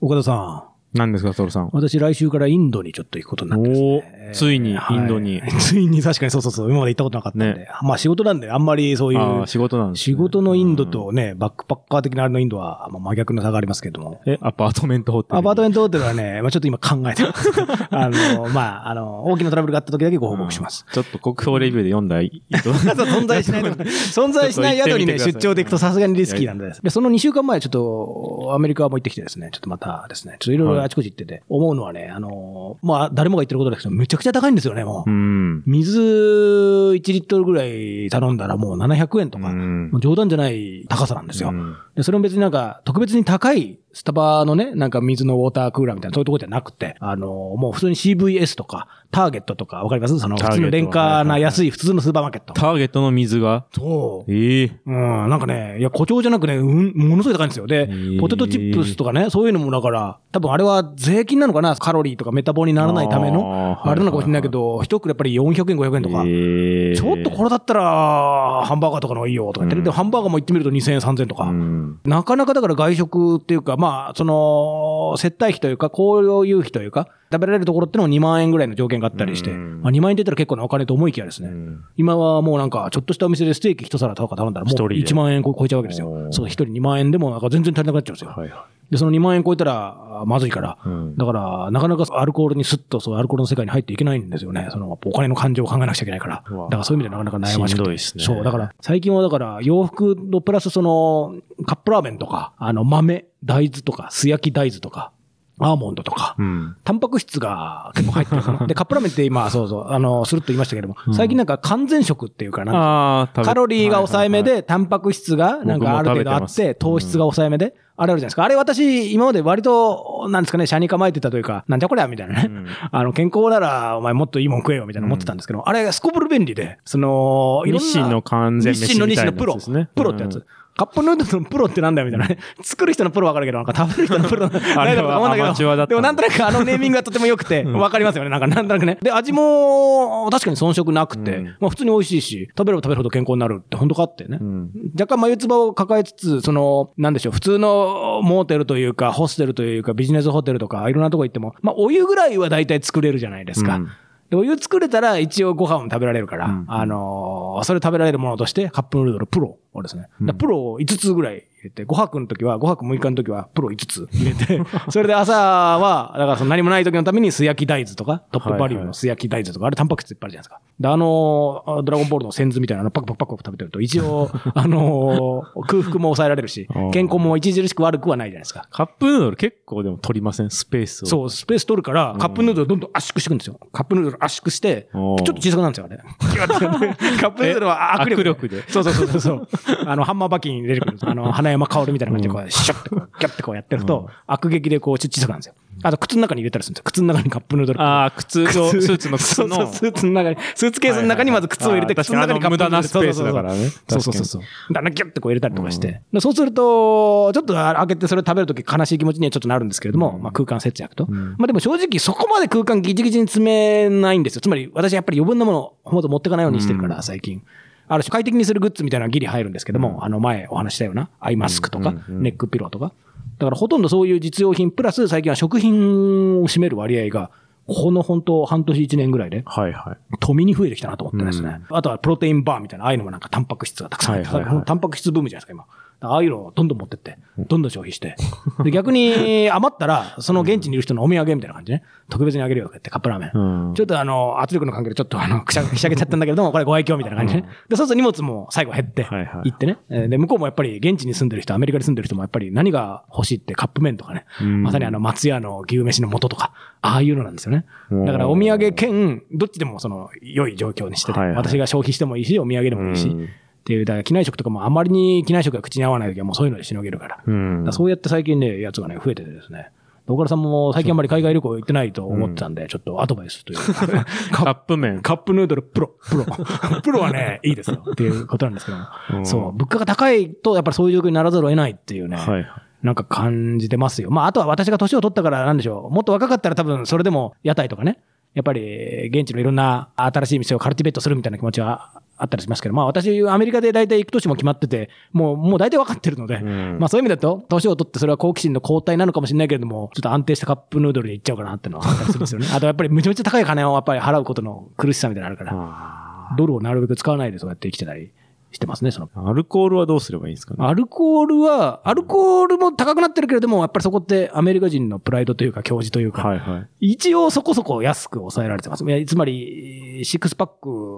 岡田さん。何ですか、トロさん。私、来週からインドにちょっと行くことになってですねおーついにインドにはい ついに、確かにそうそうそう、今まで行ったことなかったんで。ねまあ仕事なんで、あんまりそういあうあ、、仕事なんです、ね。仕事のインドとね、バックパッカー的なあれのインドは、まあ、真逆の差がありますけども。うん。え、アパートメントホテル。アパートメンメントホテルはね、まあちょっと今考えて ます。あの、まあ、あの、大きなトラブルがあった時だけご報告します。。ちょっと国評レビューで読んだい。存在しないとこ、存在しない宿にね、ちょっと行ってみて出張で行くださいくとさすがにリスキーなんで。で、その2週間前、ちょっと、アメリカも行ってきてですね、ちょっとまたですね、ちょっといろいろあちこち行ってて、思うのはね、あの、まあ、誰もが言ってることですけど、めちゃくちゃ高いんですよね、も うう。ん。水1リットルぐらい頼んだらもう700円とか、うんもう冗談じゃない高さなんですよ。で、それも別になんか、特別に高いスタバのね、なんか水のウォータークーラーみたいな、そういうとこじゃなくて、あの、もう普通に CVS とか、ターゲットとか、わかりますその、普通の廉価な安い普通のスーパーマーケット。ターゲットの水がそう。ええうん、なんかね、いや、誇張じゃなくね、うん、ものすごい高いんですよ。でー、ポテトチップスとかね、そういうのもだから、多分あれは税金なのかな、カロリーとかメタボにならないためのあ、ーあれなのかもしれないけど、一袋やっぱり400円、500円とか、ええちょっとこれだったら、ハンバーガーとかの方がいいよとか言って、うんで、ハンバーガーも行ってみると2000円、3000円とか。うん。なかなかだから外食っていうか、まあ、その、接待費というか、公用有費というか、食べられるところってのも2万円ぐらいの条件があったりして、うんまあ、2万円出たら結構なお金と思いきやですね、うん今はもうなんか、ちょっとしたお店でステーキ一皿とか頼んだら、もう一人で1万円超えちゃうわけですよお。ーそう、一人2万円でもなんか全然足りなくなっちゃうんですよ。はいはで、その2万円超えたら、あまずいから、い。うん。だから、なかなかアルコールにスッと、そう、アルコールの世界に入っていけないんですよね。その、お金の感情を考えなくちゃいけないから。だうわからそういう意味ではなかなか悩ましくて。しんどいっすねそう、だから、最近はだから、洋服のプラスその、カップラーメンとか、あの、豆、大豆とか、素焼き大豆とか、アーモンドとかう、ん。タンパク質が結構入ってるかな。で、カップラーメンって今、そうそう、あの、するっと言いましたけれども、最近なんか完全食っていうかなんかああ、カロリーが抑えめで、タンパク質がなんかある程度あ僕もっ食べてて、ます糖質が抑えめで、あれあるじゃないですか。あれ私、今まで割と、なんですかね、車に構えてたというか、なんじゃこりゃみたいなね。うんあの、健康なら、お前もっといいもん食えよみたいな思ってたんですけど、あれ、すこぶる便利で、その、いろんな日清の完全日清飯のみ日た清いなのやプつロですね。プロってやうんつ。カップヌードルのプロってなんだよみたいなね。 作る人のプロわかるけど、なんか食べる人 のプロなんだあないれはだろうと思うんだけアマチュアだど、ったでもなんとなくあのネーミングがとても良くて、わかりますよね。なんかなんとなくね。で、味も確かに遜色なくてうん、まあ普通に美味しいし、食べれば食べるほど健康になるって本当かってねう。ん。若干眉唾を抱えつつ、その、なんでしょう、普通のモーテルというか、ホステルというか、ビジネスホテルとか、いろんなとこ行っても、まあ、お湯ぐらいは大体作れるじゃないですか。うんでお湯作れたら、一応ご飯も食べられるから、うんあのーそれ食べられるものとして、カップヌードルプロをですね、だからプロを5つぐらい入れて、5泊の時は、5泊6日の時は、プロ5つ入れ て、それで朝は、だからその何もない時のために、素焼き大豆とか、トップバリューの素焼き大豆とか、あれタンパク質いっぱいあるじゃないですか。で、あのー、ドラゴンボールの仙豆みたいなのパクパクパクパク食べてると、一 応、あのー、空腹も抑えられる しあ、ー健康も著しく悪くはないじゃないですか。カップヌードル結構でも取りませんスペースを。そう、スペース取るから、カップヌードルどんどん圧縮していくんですよ。カップヌードル圧縮して、ちょおっーと小さくなるんですよ、あれ。 カップヌードルは握力握力でそうそうそうそう。あの、ハンマーバキンに出てくるんですあの、花山薫みたいな感じで、こう、シュッてこう、ギャッてこうやってると、悪劇でこう、ちょっと小さくなるんですよ。あと、靴の中に入れたりするんですよ。靴の中にカップヌードル。ああ、靴を、スーツの靴そうそのう。スーツの中に、スーツケースの中にまず靴を入れて、はいはい靴の中にカップヌードルあの無駄なスペースだからねそうそうそうそう。だからギュッてこう入れたりとかして。でそうすると、ちょっと開けてそれ食べるとき悲しい気持ちにはちょっとなるんですけれども、まあ空間節約と。まあでも正直そこまで空間ギチギチに詰めないんですよ。つまり私やっぱり余分なものをほんと持ってかないようにしてるから、最近。ある種快適にするグッズみたいなのがギリ入るんですけども、あの前お話ししたような、アイマスクとか、うんうんうんネックピローとか。だからほとんどそういう実用品、プラス最近は食品を占める割合が、この本当半年1年ぐらいで、はいはい。富に増えてきたなと思ってですね。あとはプロテインバーみたいな、ああいうのもなんかタンパク質がたくさん入って、はいはいはいタンパク質ブームじゃないですか、今。だからああいうのをどんどん持ってって、どんどん消費して。で逆に余ったら、その現地にいる人のお土産みたいな感じね。特別にあげるよとか言ってカップラーメン。うんちょっとあの、圧力の関係でちょっとあの、くしゃ、くしゃげちゃったんだけれど も、これご愛嬌みたいな感じね。で、そうすると荷物も最後減って、はいはい行ってね。えーで、向こうもやっぱり現地に住んでる人、アメリカに住んでる人もやっぱり何が欲しいってカップ麺とかね。うんまさにあの、松屋の牛飯の素とか、ああいうのなんですよね。うんだからお土産兼、どっちでもその、良い状況にしてて、はいはい私が消費してもいいし、お土産でもいいし。うんっていう、だから機内食とかもあまりに機内食が口に合わない時はもうそういうのでしのげるから。うんだからそうやって最近ね、やつがね、増えててですね。岡田さんも最近あんまり海外旅行行ってないと思ってたんで、ちょっとアドバイスというか、カップ麺。カップヌードルプロ、プロ。 プロはね、いいですよ。っていうことなんですけども、うんそう、物価が高いと、やっぱりそういう状況にならざるを得ないっていうね。はいはいなんか感じてますよ。まあ、あとは私が年を取ったからなんでしょう。もっと若かったら多分それでも屋台とかね。やっぱり現地のいろんな新しい店をカルティベートするみたいな気持ちはあったりしますけど、まあ私、アメリカで大体行く年も決まってて、もう、もう大体分かってるので、うんまあそういう意味だと、年を取ってそれは好奇心の後退なのかもしれないけれども、ちょっと安定したカップヌードルに行っちゃうかなっての はあったりするんですよね。あとやっぱりめちゃめちゃ高い金をやっぱり払うことの苦しさみたいなのあるから、あドルをなるべく使わないでそうやって生きてたりしてますね、その。ーアルコールはどうすればいいんですかね。アルコールは、アルコールも高くなってるけれども、やっぱりそこってアメリカ人のプライドというか、教授というか、はいはい。一応そこそこ安く抑えられてます。いやつまり、シックスパッ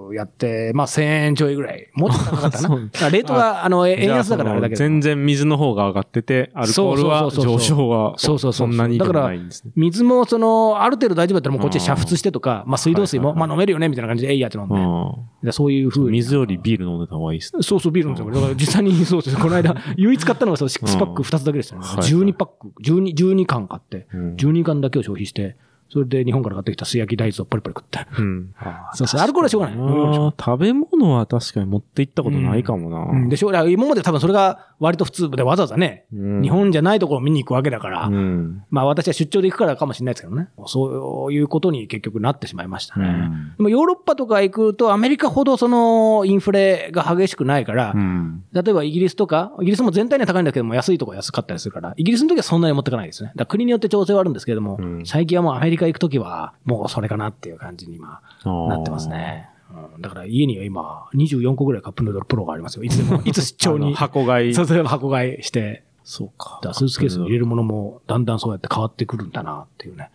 クやって、まあ1000円ちょいぐらい。もっと高かったな。 そだうからレートが、あの、円安だからあれだけじゃあそどの。全然水の方が上がってて、アルコールはそうそうそうそう上昇はそうそうそうそそうんなにでもだからないんですね。水も、その、ある程度大丈夫だったらもうこっちで煮沸してとか、まあ水道水も、はいはいまはあ飲いめるよねみたいな感じで、えいやって飲んで。うでそういう風んに。水よりビール飲んでた方がいいですね。そうそう、ビール飲んでただから実際に、そうです。この間、唯一買ったのがその6パック2つだけでしたね。うんはいはい12パック、12、12缶買って、うん12缶だけを消費して、それで日本から買ってきた素焼き大豆をパリパリ食って。うん。そうそう、アルコールはしょうがない。あー食べ物は確かに持って行ったことないかもな。うん、でしょだから今まで多分それが割と普通でわざわざね、うん日本じゃないところを見に行くわけだから、うんまあ私は出張で行くからかもしれないですけどね。そういうことに結局なってしまいましたね。うんでもヨーロッパとか行くとアメリカほどそのインフレが激しくないから、うん例えばイギリスとか、イギリスも全体には高いんだけども安いとこは安かったりするから、イギリスの時はそんなに持ってかないですね。だから国によって調整はあるんですけれども、うん最近はもうアメリカ行く時はもうそれかなっていう感じに今あーなってますね。うんだから家には今24個ぐらいカップヌードルプロがありますよ。いつで も、いつ出張あのに。箱買い。そうそう箱買いして、そうかだからスーツケースに入れるものもだんだんそうやって変わってくるんだなっていうね。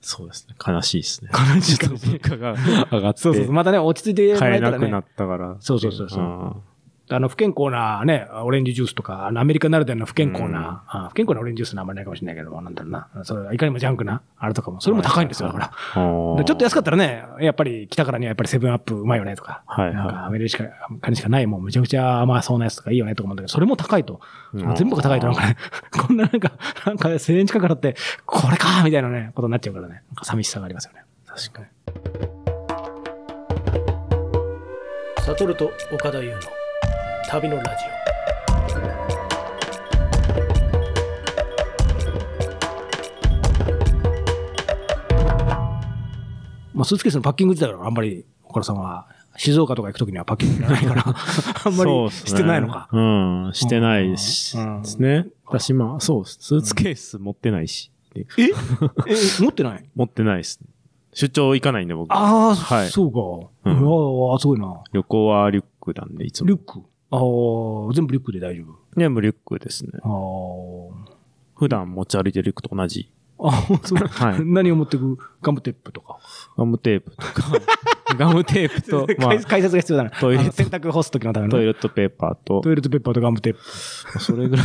そうですね。悲しいですね。悲 しいちょっと物価が上がって。そうそうそう、またね、落ち着いてもら買ええたならくなねっ、たから。そうそうそうそううんあの、不健康なね、オレンジジュースとか、あのアメリカならではの不健康な、あ不健康なオレンジジュースのあんまりないかもしれないけど、なんだろうな、それいかにもジャンクな、あれとかも、それも高いんですよ、だから。あーでちょっと安かったらね、やっぱり来たからにはやっぱりセブンアップうまいよねとか、はいはいなんかアメリカしか、カしかない、もうめちゃくちゃ甘そうなやつとかいいよねとか思うんだけど、それも高いと。うん全部が高いとなんかね、 こんななんか、なんか1000円近く払って、これかみたいなね、ことになっちゃうからね、なんか寂しさがありますよね。確かに。サトルと岡田優の旅のラジオ。まあ、スーツケースのパッキング自体はあんまり岡田さんは静岡とか行くときにはパッキングいらない から、あんまそうりっすねしてないのか。。うん、してないし、うんですね。私、まあ、そうっす、スーツケース持ってないし。ええ、持ってない持ってないです。出張行かないんで、僕。ああ、はいそうか。ううんわあ、すごいな。旅行はリュックなんで、いつも。リュック。ああ、全部リュックで大丈ね、もうリュックですね。夫。普段持ち歩いてるリュックと同じ。ああ。あ、そう。はい何を持ってくガムテープとか。ガムテープとか、 ガムテープと、ま解あ、解説が必要だな。トイレあの洗濯干す時のためのトイね。レットペーパーとト、イレットペッパーとガムテープ。そ れぐら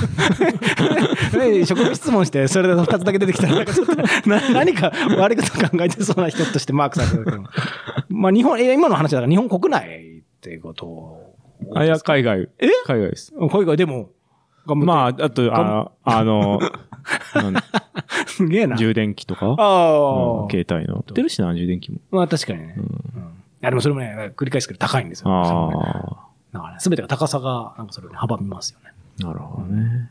い。え職務質問して、それで2つだけ出てきたら、なんかちょっとな何か悪いこと考えてそうな人としてマークされてるけど。 まあ、日本、え今の話だから日本国内っていうことを。あ、いや、海外。え海外です。海外でも、ガムテープ。まあ、あと、あの、あの、 なんあ、すげえな。充電器とか、あうあん。携帯の。売ってるしな、充電器も。まあ確かにね。うんいやでもそれもね、繰り返すけど高いんですよ。あだからね、すべてが高さが、なんかそれに阻みますよね。あ、なるほどね。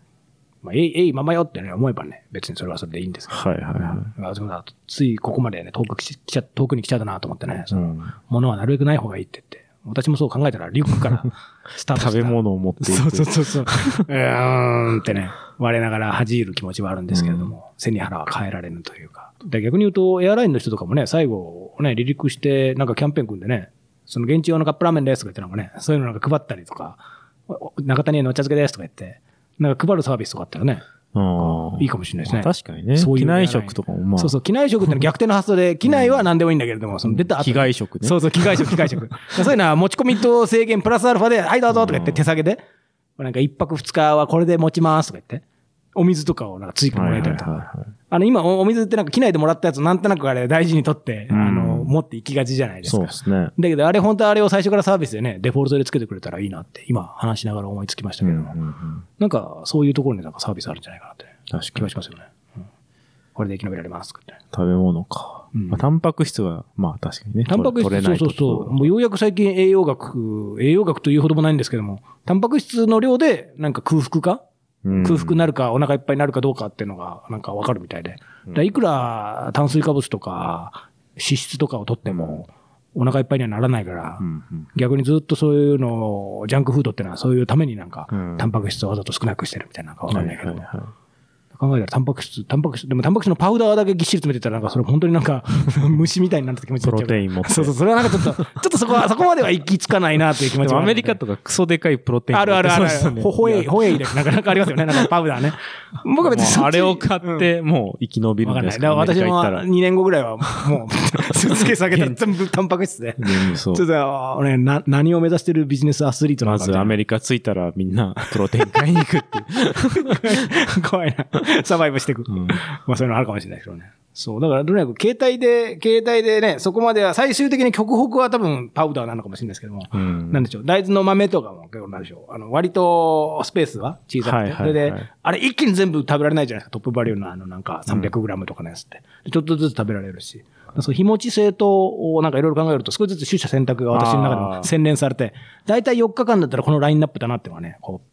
まあ、えい、えい、ままよってね、思えばね、別にそれはそれでいいんですけど。はいはいはまあそうだついここまでね、遠く来ちゃ、遠くに来ちゃったなと思ってね、い。そのうん物はなるべくない方がいいって言って。私もそう考えたら、リュックからスタートした食べ物を持っていそうく。そうそう そう。うーんってね、我ながら恥じる気持ちはあるんですけれども、背に腹は変えられぬというか。で逆に言うと、エアラインの人とかもね、最後、ね、離陸して、なんかキャンペーン組んでね、その現地用のカップラーメンですとか言ってなんかね、そういうのなんか配ったりとか、おお中谷へのお茶漬けですとか言って、なんか配るサービスとかあったらね、ああいいかもしれないですね。確かにね。そういう機内食とかもまあ、そうそう、機内食ってのは逆転の発想で、機内は何でもいいんだけれども、その出た後機に外食ね。そうそう、機外食、機外 食。そういうのは持ち込みと制限プラスアルファで、はいどうぞとか言ってうん手下げで、なんか一泊二日はこれで持ちますとか言って、お水とかをなんか追加もはらいえはたいりとか。はあの、今おお水ってなんか機内でもらったやつなんとなくあれ大事に取って、あうんの、持って行きがちじゃないい。ですそかうで。すね。だけど、あれ本当はあれを最初からサービスでね、デフォルトでつけてくれたらいいなって、今話しながら思いつきましたけど、うんうんうんなんかそういうところになんかサービスあるんじゃないかなって確気かがに。しますよね。うんこれで生き延びられますとか言って。食べ物か。うんまあ、タンパク質は、まあ確かにね。タンパク質、取れないそうそうそう。もうようやく最近栄養学、栄養学というほどもないんですけども、タンパク質の量で、なんか空腹か、うん空腹になるか、お腹いっぱいになるかどうかっていうのが、なんかわかるみたいで。だからいくら炭水化物とか、脂質とかを取っても、お腹いっぱいにはならないから、うんうん逆にずっとそういうのを、ジャンクフードってのはそういうためになんか、うんタンパク質をわざと少なくしてるみたいなのかわかんないけど、はいはいはい考えたらタンパク質、タンパク質、でもタンパク質のパウダーだけぎっしり詰めてたらなんかそれ本当になんか 虫みたいになった気持ちにプなっちゃロうテイン持って。 そうそう、それはなんかちょっと、ちょっとそこは、そこまでは行き着かないなという気持でちもはアメリカとかクソでかいプロテインあるあるあるそうですよあねる。ほ、ほえい、ほえいで、なかなかありますよね。なんかパウダー ね。僕は別にそっちもうあれを買って、もう生き延びわるかんんでない。すだからかアメ私リカ行もったら。 2年後ぐらいは、も う、スーツケース開けたら全部タンパク質で。全部そうちょっと、俺、な、何を目指してるビジネスアスリートなまのかみたずいな。アメリカ着いたらみんなプロテイン買いに行くってい う。怖いな。サバイブしていく。うんまあそういうのあるかもしれないですけどね。そう。だから、とにかく携帯で、携帯でね、そこまでは、最終的に極北は多分パウダーなのかもしれないですけども。うんなんでしょう。大豆の豆とかも結構なんでしょう。あの、割とスペースは小さくて。はいはいはいそれで、あれ一気に全部食べられないじゃないですか。トップバリューのあのなんか 300g とかのやつって。でちょっとずつ食べられるし。そう、日持ち性と、なんかいろいろ考えると少しずつ取捨選択が私の中であもー洗練されて、だいたい4日間だったらこのラインナップだなってのはね、こう、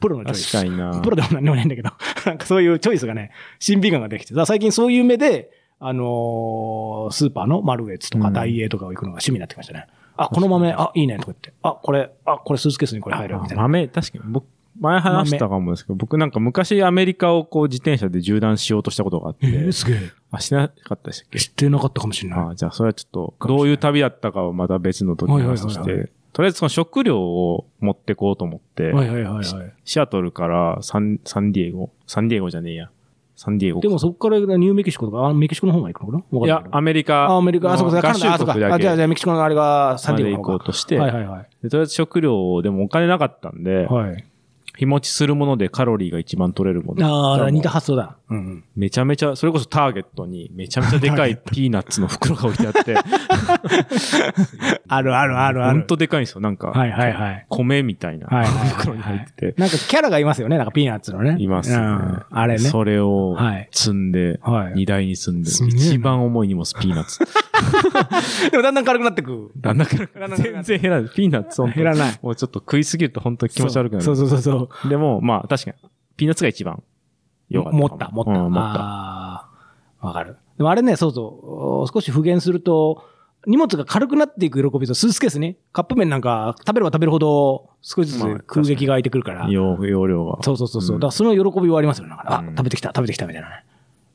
プロのチョイス。確かになプロでも何でもないんだけど、 なんかそういうチョイスがね、新美感ができて。だから最近そういう目で、あのースーパーのマルエツとうかんダイエーとかを行くのが趣味になってきましたね。あ、この豆、あ、いいね、とか言って。あ、これ、あ、これスーツケースにこれ入るみたいな。豆、確かに。僕、前話したかもですけど、僕なんか昔アメリカをこう自転車で縦断しようとしたことがあって、すげえ。あ、しなかったでしたっけ知ってなかったかもしれあない。あじゃあそれはちょっと、どういう旅だったかはまた別の時に話しはいはいはいて、とりあえずその食料を持ってこうと思って、はいはいはいはい。シアトルからサン、サンディエゴ、サンディエゴじゃねえや、サンディエゴか。でもそこからニューメキシコとか、あメキシコの方が行くのかないや、アアメメリリカカ。のあ、アメリカ。あ、そうか、カ合ナダ、あ、衆そう国か。だあ、けじゃあ、じゃあメキシコのあれがサンまディでエゴ行の方こかうとして、はいはいはい。でとりあえず食料をでもお金なかったんで、はい。日持ちするものでカロリーが一番取れるもの。あじゃあ、あ似た発想だ。うんうん。めちゃめちゃ、それこそターゲットにめちゃめちゃでか いピーナッツの袋が置いてあって、あるあるあるあ ほんる。とでかいんですよ。なんか、はいはいはい。米みたいなはいはいはい袋に入ってて、なんかキャラがいますよね。なんかピーナッツのね。いますねうんあれね。それをはい積んで、はい荷台に積んで、すげえな一番重い荷物ピーナッツ。でもだんだん軽くなってく。だんだん減だんだらなんい減らない全然減らない。ピーナッツほんと減らないもうちょっと食いすぎると本当に気持ち悪くなる。そうそうそうそう。でも、まあ確かに、ピーナッツが一番良かったか持も。った、持った。うん持った。あーわかる。でもあれね、そうそう、お少し復元すると、荷物が軽くなっていく喜びと、スーツケースね、カップ麺なんか食べれば食べるほど、少しずつまあ空撃が空いてくるから。容容量が。そうそうそうそう。うんだからその喜びはありますよね。なんかねうあ、ん食べてきた、食べてきたみたいなね。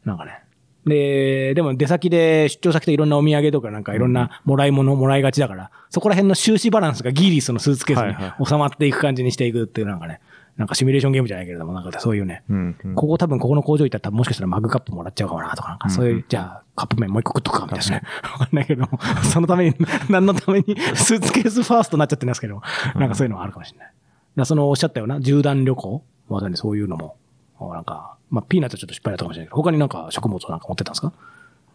なんかね。で、でも出先で出張先でいろんなお土産とかなんかいろんなもらい物をもらいがちだから、そこら辺の収支バランスがギリそのスーツケはーいはスに収まっていく感じにしていくっていうなんかね、なんかシミュレーションゲームじゃないけれども、なんかそういうね、うんうんここ多分ここの工場行ったら多分もしかしたらマグカップもらっちゃうかもなとか、なんかそうういんうう、じゃあカップ麺もう一個食っとくかみたいなね。わかんないけど も、そのために、何のためにスーツケースファーストになっちゃってますけど、なんかそういうのはあるかもしれない。だからそのおっしゃったような、縦断旅行まさにそういうのも、なんか、まあピーナッツはちょっと失敗だったかもしれないけど、他になんか食物をなんか持ってったんですか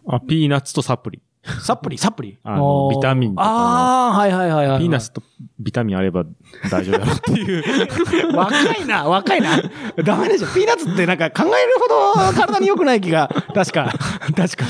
あ、ピーナッツとサプリ。サプリ、サプリ。あのビタミンとかのああ、はいはいはいはい。ピーナッツとビタミンあれば大丈夫だろうっていう。若いな、若いな。ダメでしょ。ピーナッツってなんか考えるほど体に良くない気が、確か、確か。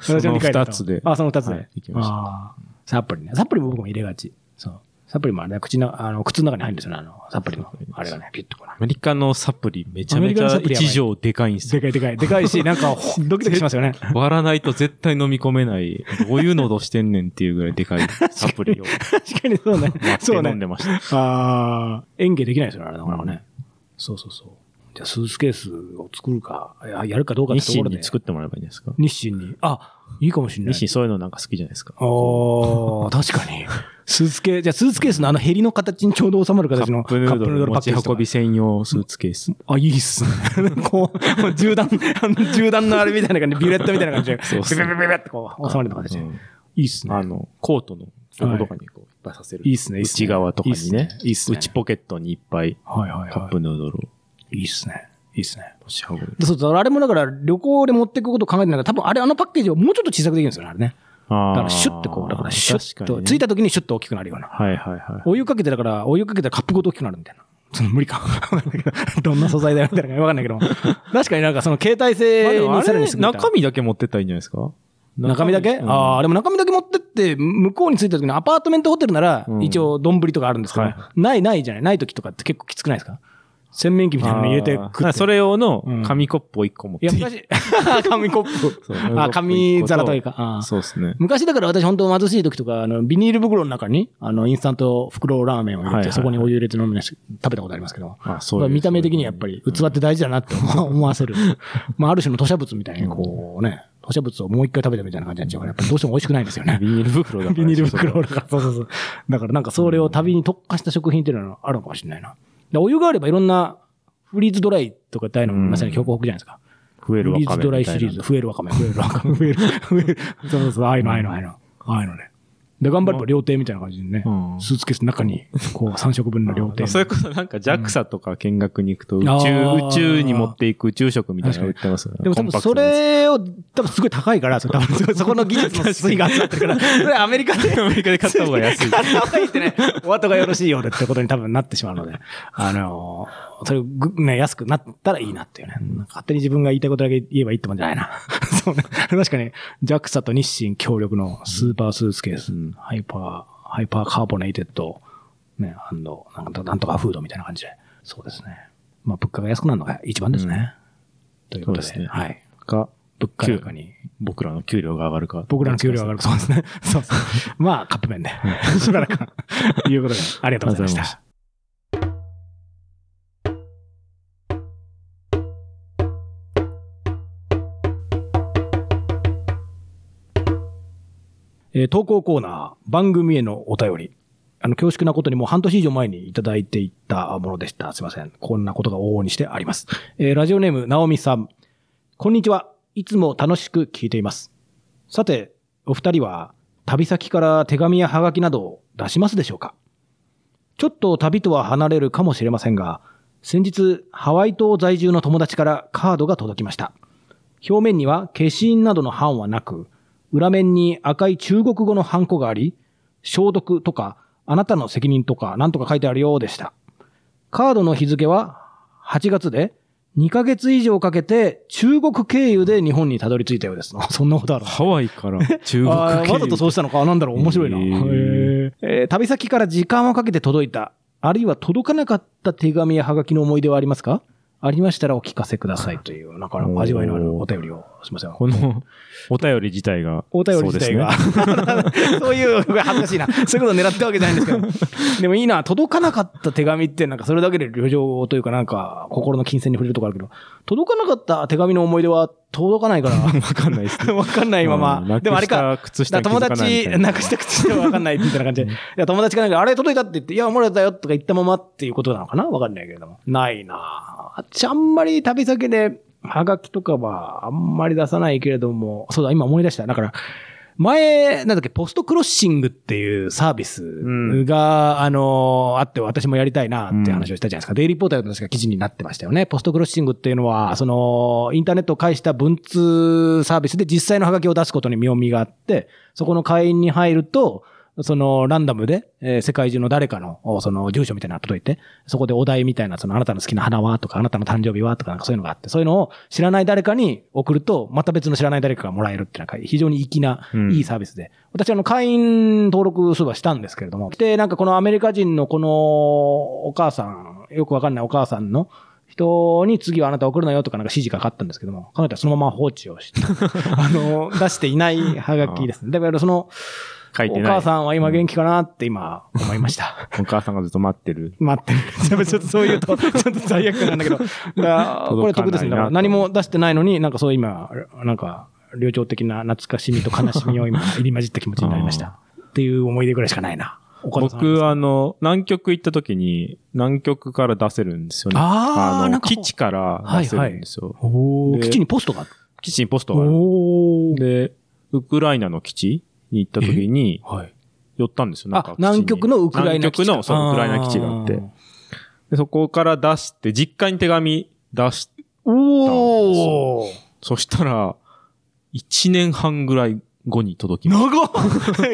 その私理解だと二つであ、その二つで。はいいきましたあーサプリね。サプリも僕も入れがち。そう。サプリもあれね、口の、あの、靴の中に入るんですよね。あの、サプリの。あれがね、ピュッとこうな ア。メリカのサプリめちゃアメリめちカのゃサプリやばい一錠でかいんですでよ。かいでかい。でかいし、なんか、ほドキドキしますよ ね。割らないと絶対飲み込めない。どういう喉してんねんっていうぐらいでかいサプ リを確かにそうね。割ってそう飲ねん。でました。ああ、演芸できないですよね、あれなかなかね。そうそうそう。じゃあ、スーツケースを作るか、ややるかどうかってと日こ清ろでに。作ってもらえばいいんですか日清に。あ、いいかもしれない。日清そういうのなんか好きじゃないですか。おー、確かに。スーツケース、じゃあスーツケースのあのヘリの形にちょうど収まるカ形のップヌードル持ちとか運び専用スーツケース。あ、いいっすね。こう、もう銃弾、あの銃弾のあれみたいな感じ、ビュレットみたいな感じで、ビそうュそうビュビュビュビュってこう、収まるような形で。うんいいっすねあ。の、コートのロゴとかにこういっぱいさせる。いいっすねいいっすね内側とかにいね。いっすねいいっすね内ポケットにいっぱいはいはいカッはプヌードルをい。いいっすね。いいっすね。持ち運ぶ。でそうそう、あれもだから旅行で持っていくことを考えてないから、多分あれ、あのパッケージをもうちょっと小さくできるんですよね、あれね。だあーからシュッてこう、だからシュッ確かと、にねついた時にシュッと大きくなるような。はいはいはい。お湯かけてだから、お湯かけたらカップごと大きくなるみたいな。その無理か。 どんな素材だよみたいなのがわかんないけど。確かになんかその携帯ま性にあでもあさられに優れた中身だけ持ってったらいいんじゃないですか中身だけ、うんああ、でも中身だけ持ってって、向こうに着いた時のアパートメントホテルならう、ん一応丼とかあるんですけど、はいないないじゃないない時とかって結構きつくないですか洗面器みたいなのに入れてあーだ食かっらて。それ用のうん紙コップを1個持っいてや、い 昔、紙コップ。そうあ、紙皿というか。あーそうですね。昔だから私本当貧しい時とか、あの、ビニール袋の中に、あの、インスタント袋ラーメンを入れはいはいて、はいそこにお湯入れて飲むのし食べたことありますけど。あ、そういう見た目的にはやっぱり器って大事だなって思 思わせる。まあ、ある種の吐砂物みたいに、こうね、吐砂物をもう一回食べたみたいな感じになっちゃうから、やっぱりどうしても美味しくないんですよね。ビニール袋だからビニール袋だから、そうそうそう。だからなんかそれを旅に特化した食品っていうのはあるのかもしれないな。でお湯があればいろんなフリーズドライとかってああいうのもまさに極北じゃないですか。増えるフわリーかズめドライみシたいリなーズ、増えるわかめ、増えるわかめ、増える、増える。そうそうそう、ああいうの、ああいうの、ああいうの。ああいうのね。で、頑張れば料亭みたいな感じでねう、んスーツケースの中に、こう、3食分の料亭。それこそなんか JAXA とか見学に行くと宇宙、あー宇宙に持っていく宇宙食みたいなの売ってますよね。でも多分それを、多分すごい高いから、それ多分そこの技術の推移が集まってるから、それアメリカで。アメリカで買った方が安い買った方がいいってね、お後がよろしいようでってことに多分なってしまう ので、あのーそれぐ、ね、安くなったらいいなっていうね。勝手に自分が言いたいことだけ言えばいいってもんじゃない な。そうね。確かに、JAXA と日清協力のスーパースーツケース、うんハイパー、ハイパーカーボネイテッド、ね、アンド、なんかなんとかフードみたいな感じで。そうですね。まあ、物価が安くなるのが一番ですね。ということで、そうですねはい。か、物価高に。僕らの給料が上がるか。僕らの給料が上がる。る。そうですね。そう そう。まあ、カップ麺で。 しばらく。いうことで、ありがとうございまし。ありがとうございましたえー投稿コーナー、番組へのお便り。あの、恐縮なことにもう半年以上前にいただいていたものでした。すいません。こんなことが往々にしてあります。えーラジオネーム、なおみさん。こんにちは。いつも楽しく聞いています。さて、お二人は旅先から手紙やハガキなどを出しますでしょうかちょっと旅とは離れるかもしれませんが、先日ハワイ島在住の友達からカードが届きました。表面には消印などの版はなく、裏面に赤い中国語の版コがあり、消毒とか、あなたの責任とか、なんとか書いてあるようでした。カードの日付は8月で、2ヶ月以上かけて中国経由で日本にたどり着いたようです。 そんなことあるハワイから中国。あーわざとそううしたのか。あなんだろう、面白いな。へへーーえー旅先から時間をかけて届いた、あるいは届かなかった手紙やハガキの思い出はありますかありましたらお聞かせくださいという、なかなか味わいのあるお便りを、すみません。このお便り自体が。お便り自体が。そうですね そういう、恥ずかしいな。そういうことを狙ったわけじゃないんですけ ど。でもいいな、届かなかった手紙って、なんかそれだけで旅情というかなんか、心の金銭に触れるとこあるけど、届かなかった手紙の思い出は届かない から、わかんないですね。わかんないまうま。んでもあれか、なくした靴下だに気からづか友ないみ達たい、ななくした口でわかんないみたいな感じで。いや、友達がなんか、あれ届いたって言って、いや、もらえたよとか言ったままっていうことなのかなわかんないけれども。ないなぁあっちあんまり旅先で、ハガキとかはあんまり出さないけれども、そうだ、今思い出した。だから、前、なんだっけ、ポストクロッシングっていうサービスんが、あのーあって私もやりたいなって話をしたじゃないですか。デイリーポータルの確か記事になってましたよね。ポストクロッシングっていうのは、その、インターネットを介した文通サービスで実際のハガキを出すことに妙味があって、そこの会員に入ると、その、ランダムで、えー世界中の誰かの、おその、住所みたいなのが届いて、そこでお題みたいな、その、あなたの好きな花はとか、あなたの誕生日はとか、なんかそういうのがあって、そういうのを知らない誰かに送ると、また別の知らない誰かがもらえるっていうのが、非常に粋な、うんいいサービスで。私、あの、会員登録すればしたんですけれども、で、なんかこのアメリカ人のこの、お母さん、よくわかんないお母さんの、人に次はあなた送るのよとかなんか指示がかかったんですけども、考えたらそのまま放置を して、あの、出していないハガキですね。だからその、書いておない。母さんは今元気かなって今思いました。お母さんがずっと待ってる。待ってる。ちょっとそう言う と、ちょっと罪悪感なんだけど。だからこれ得ですね。だから何も出してないのに、なんかそう今、なんか、流暢的な懐かしみと悲しみを今、入り混じった気持ちになりました。っていう思い出ぐらいしかないな。岡田さん僕、あの、南極行った時に、南極から出せるんですよね。あーのなんか基地から出せるんですよ。おーで基地にポストがある。基地にポストがある。おーで、ウクライナの基地に行った時に、はい。寄ったんですよ。なんかあ、南極のウクライナ基基地地に。南極の、そう、ウクライナ基地があって。でそこから出して、実家に手紙出し、おーそしたら、1年半ぐらい後に届きまし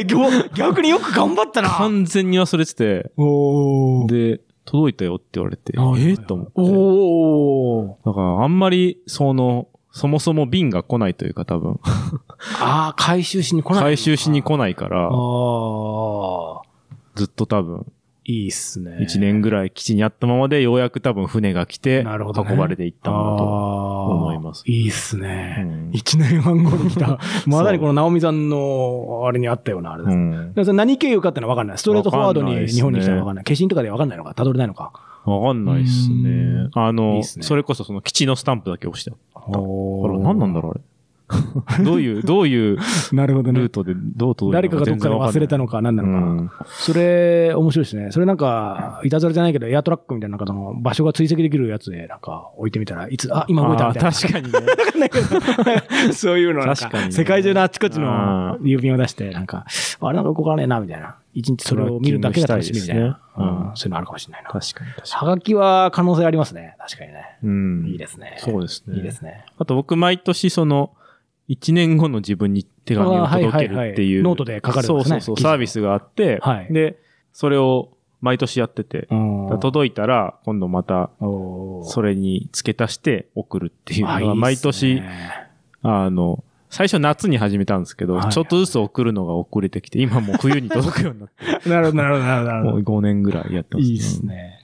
長 っ逆によく頑張ったた。な完全に忘れてて、おーで、届いたよって言われて、えはいはいはいーと思って。おーだから、あんまり、その、そもそも便が来ないというか多分、ああ、回収しに来ないのか。回収しに来ないから、ああ。ずっと多分、いいっすね。 1年ぐらい基地にあったままで、ようやく多分船が来て、なるほどね運ばれていったものと。思思いますいいっすね。うん一年半後に来た。まさにこのそ直美さんの、あれにあったようなあれです。うだんからそれ何経由かってのは分かんない。ストレートフォワードわかんないにっすね日本に来たのは分かんない。化身とかで分かんないのか、辿れないのか。わかんないっすうんね。あのいいっすねそれこそその基地のスタンプだけ押してあった。あら、お何なんだろう、あれ。 どういう、どういう なるほどルーね。トで、どう届誰いたかがのどっ全か然でわ忘れたんないのか、何なのか。それ、面白いですね。それなんか、いたずらじゃないけど、エアトラックみたいな、なんかその場所が追跡できるやつで、なんか置いてみたらいつ、あ、今うん動いたあみたいな。ー確かにね。 そういうのなんか確かにね世界中のあっちこっちのあ郵便を出して、なんか、あれなんか動かねえな、みたいな。一日それを見るだけが楽しみみたいな。トラッキングしたいですねうんそういうのあるかもしれないな。確かに、確はかがきは可能性ありますね。確かにね。に。うん。いいですね。そうですね。いいですね。あと僕、毎年、その、1年後の自分に手紙を届けるってい。あーはいはいはいうノートで書かれるんそでうすねそうそう、記事サービスがあってはい、で、それを毎年やってて、うん届いたら、今度また、おーそれに付け足して送るっていうあいのいっは、すね毎年、あの、最初夏に始めたんですけどはい、ちょっとずつ送るのが遅れてきて、今もう冬に届くようになっ て、なるほど、なるほど、なるほ どなるもほう5年ぐらいやってど。ますね。いいですね。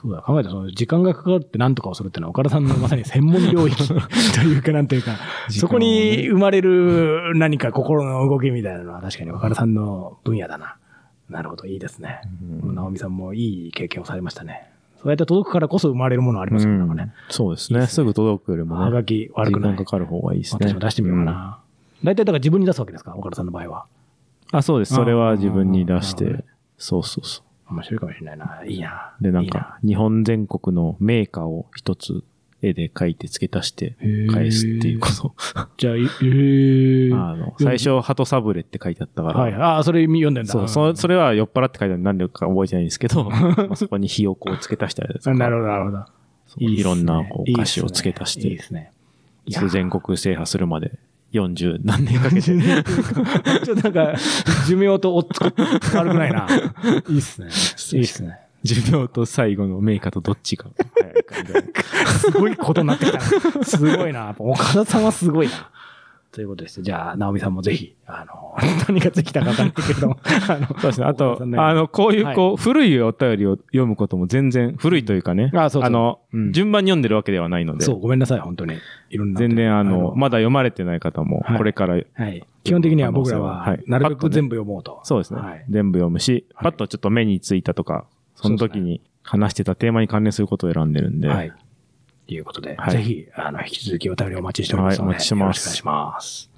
そうだ、考えたらその時間がかかるって何とかをするってのは、岡田さんのまさに専門領 域というか、なんていうか、時そ間をねこに生まれる何か心の動きみたいなのは確かに岡田さんの分野だな。なるほど、いいですね。うん。直美さんもいい経験をされましたね。そうやって届くからこそ生まれるものありますよね。なんかねうんそうですね。すぐ届くよりもね。はがき悪くない。時間かかる方がいいですね。私も出してみようかな。大体だから自分に出すわけですか岡田さんの場合は。うん。あ、そうです。それは自分に出しあーなるて。そうそうそ面白いかもしれないな。いいな。う。で、なんいいなか、日本全国のメーカーを一つ絵で描いて付け足して返すっていうこと。じゃあ、えあの、最初、鳩サブレって書いてあったから。はい。ああ、それ読んでんだ。そう、そそれは酔っ払って書いてある何でか覚えてないんです けど、まあそこに火をこう付け足したりだとかうんなるほど、なるほど。そういろんなこう歌詞を付け足しいいでて、すね。いやそう全国制覇するまで40何年かけて。 ちょっとなんか、寿命とおっつく、悪くないな。いいっすね。いいっすね。寿命と最後のメーカーとどっ ちが早いかみたいな。すごいことになってきたな。すごいな。やっぱ岡田さんはすごいな。ということです。じゃあ、直美さんもぜひ、あの、 何ができたかわかんないけれ ども、あの、そうですね。あ岡田とさん、ねあの、こういう、こう、古いお便りを読むことも全然、古いというかね。あそうそうの、うん順番に読んでるわけではないのでそ。う、ごめんなさい、本当に。いろんな。全然、あの、まだ読まれてない方もはい、これから、はい。基本的には僕らは、はいなるべく全部読もうと。そうですねはい。全部読むし、はいパッとちょっと目についたとか、その時に話してたテーマに関連することを選んでるんで。はい。ということで、はいぜひ、あの、引き続きお便りお待ちしておりますので、はいお待ちしてますよろしくお願いします。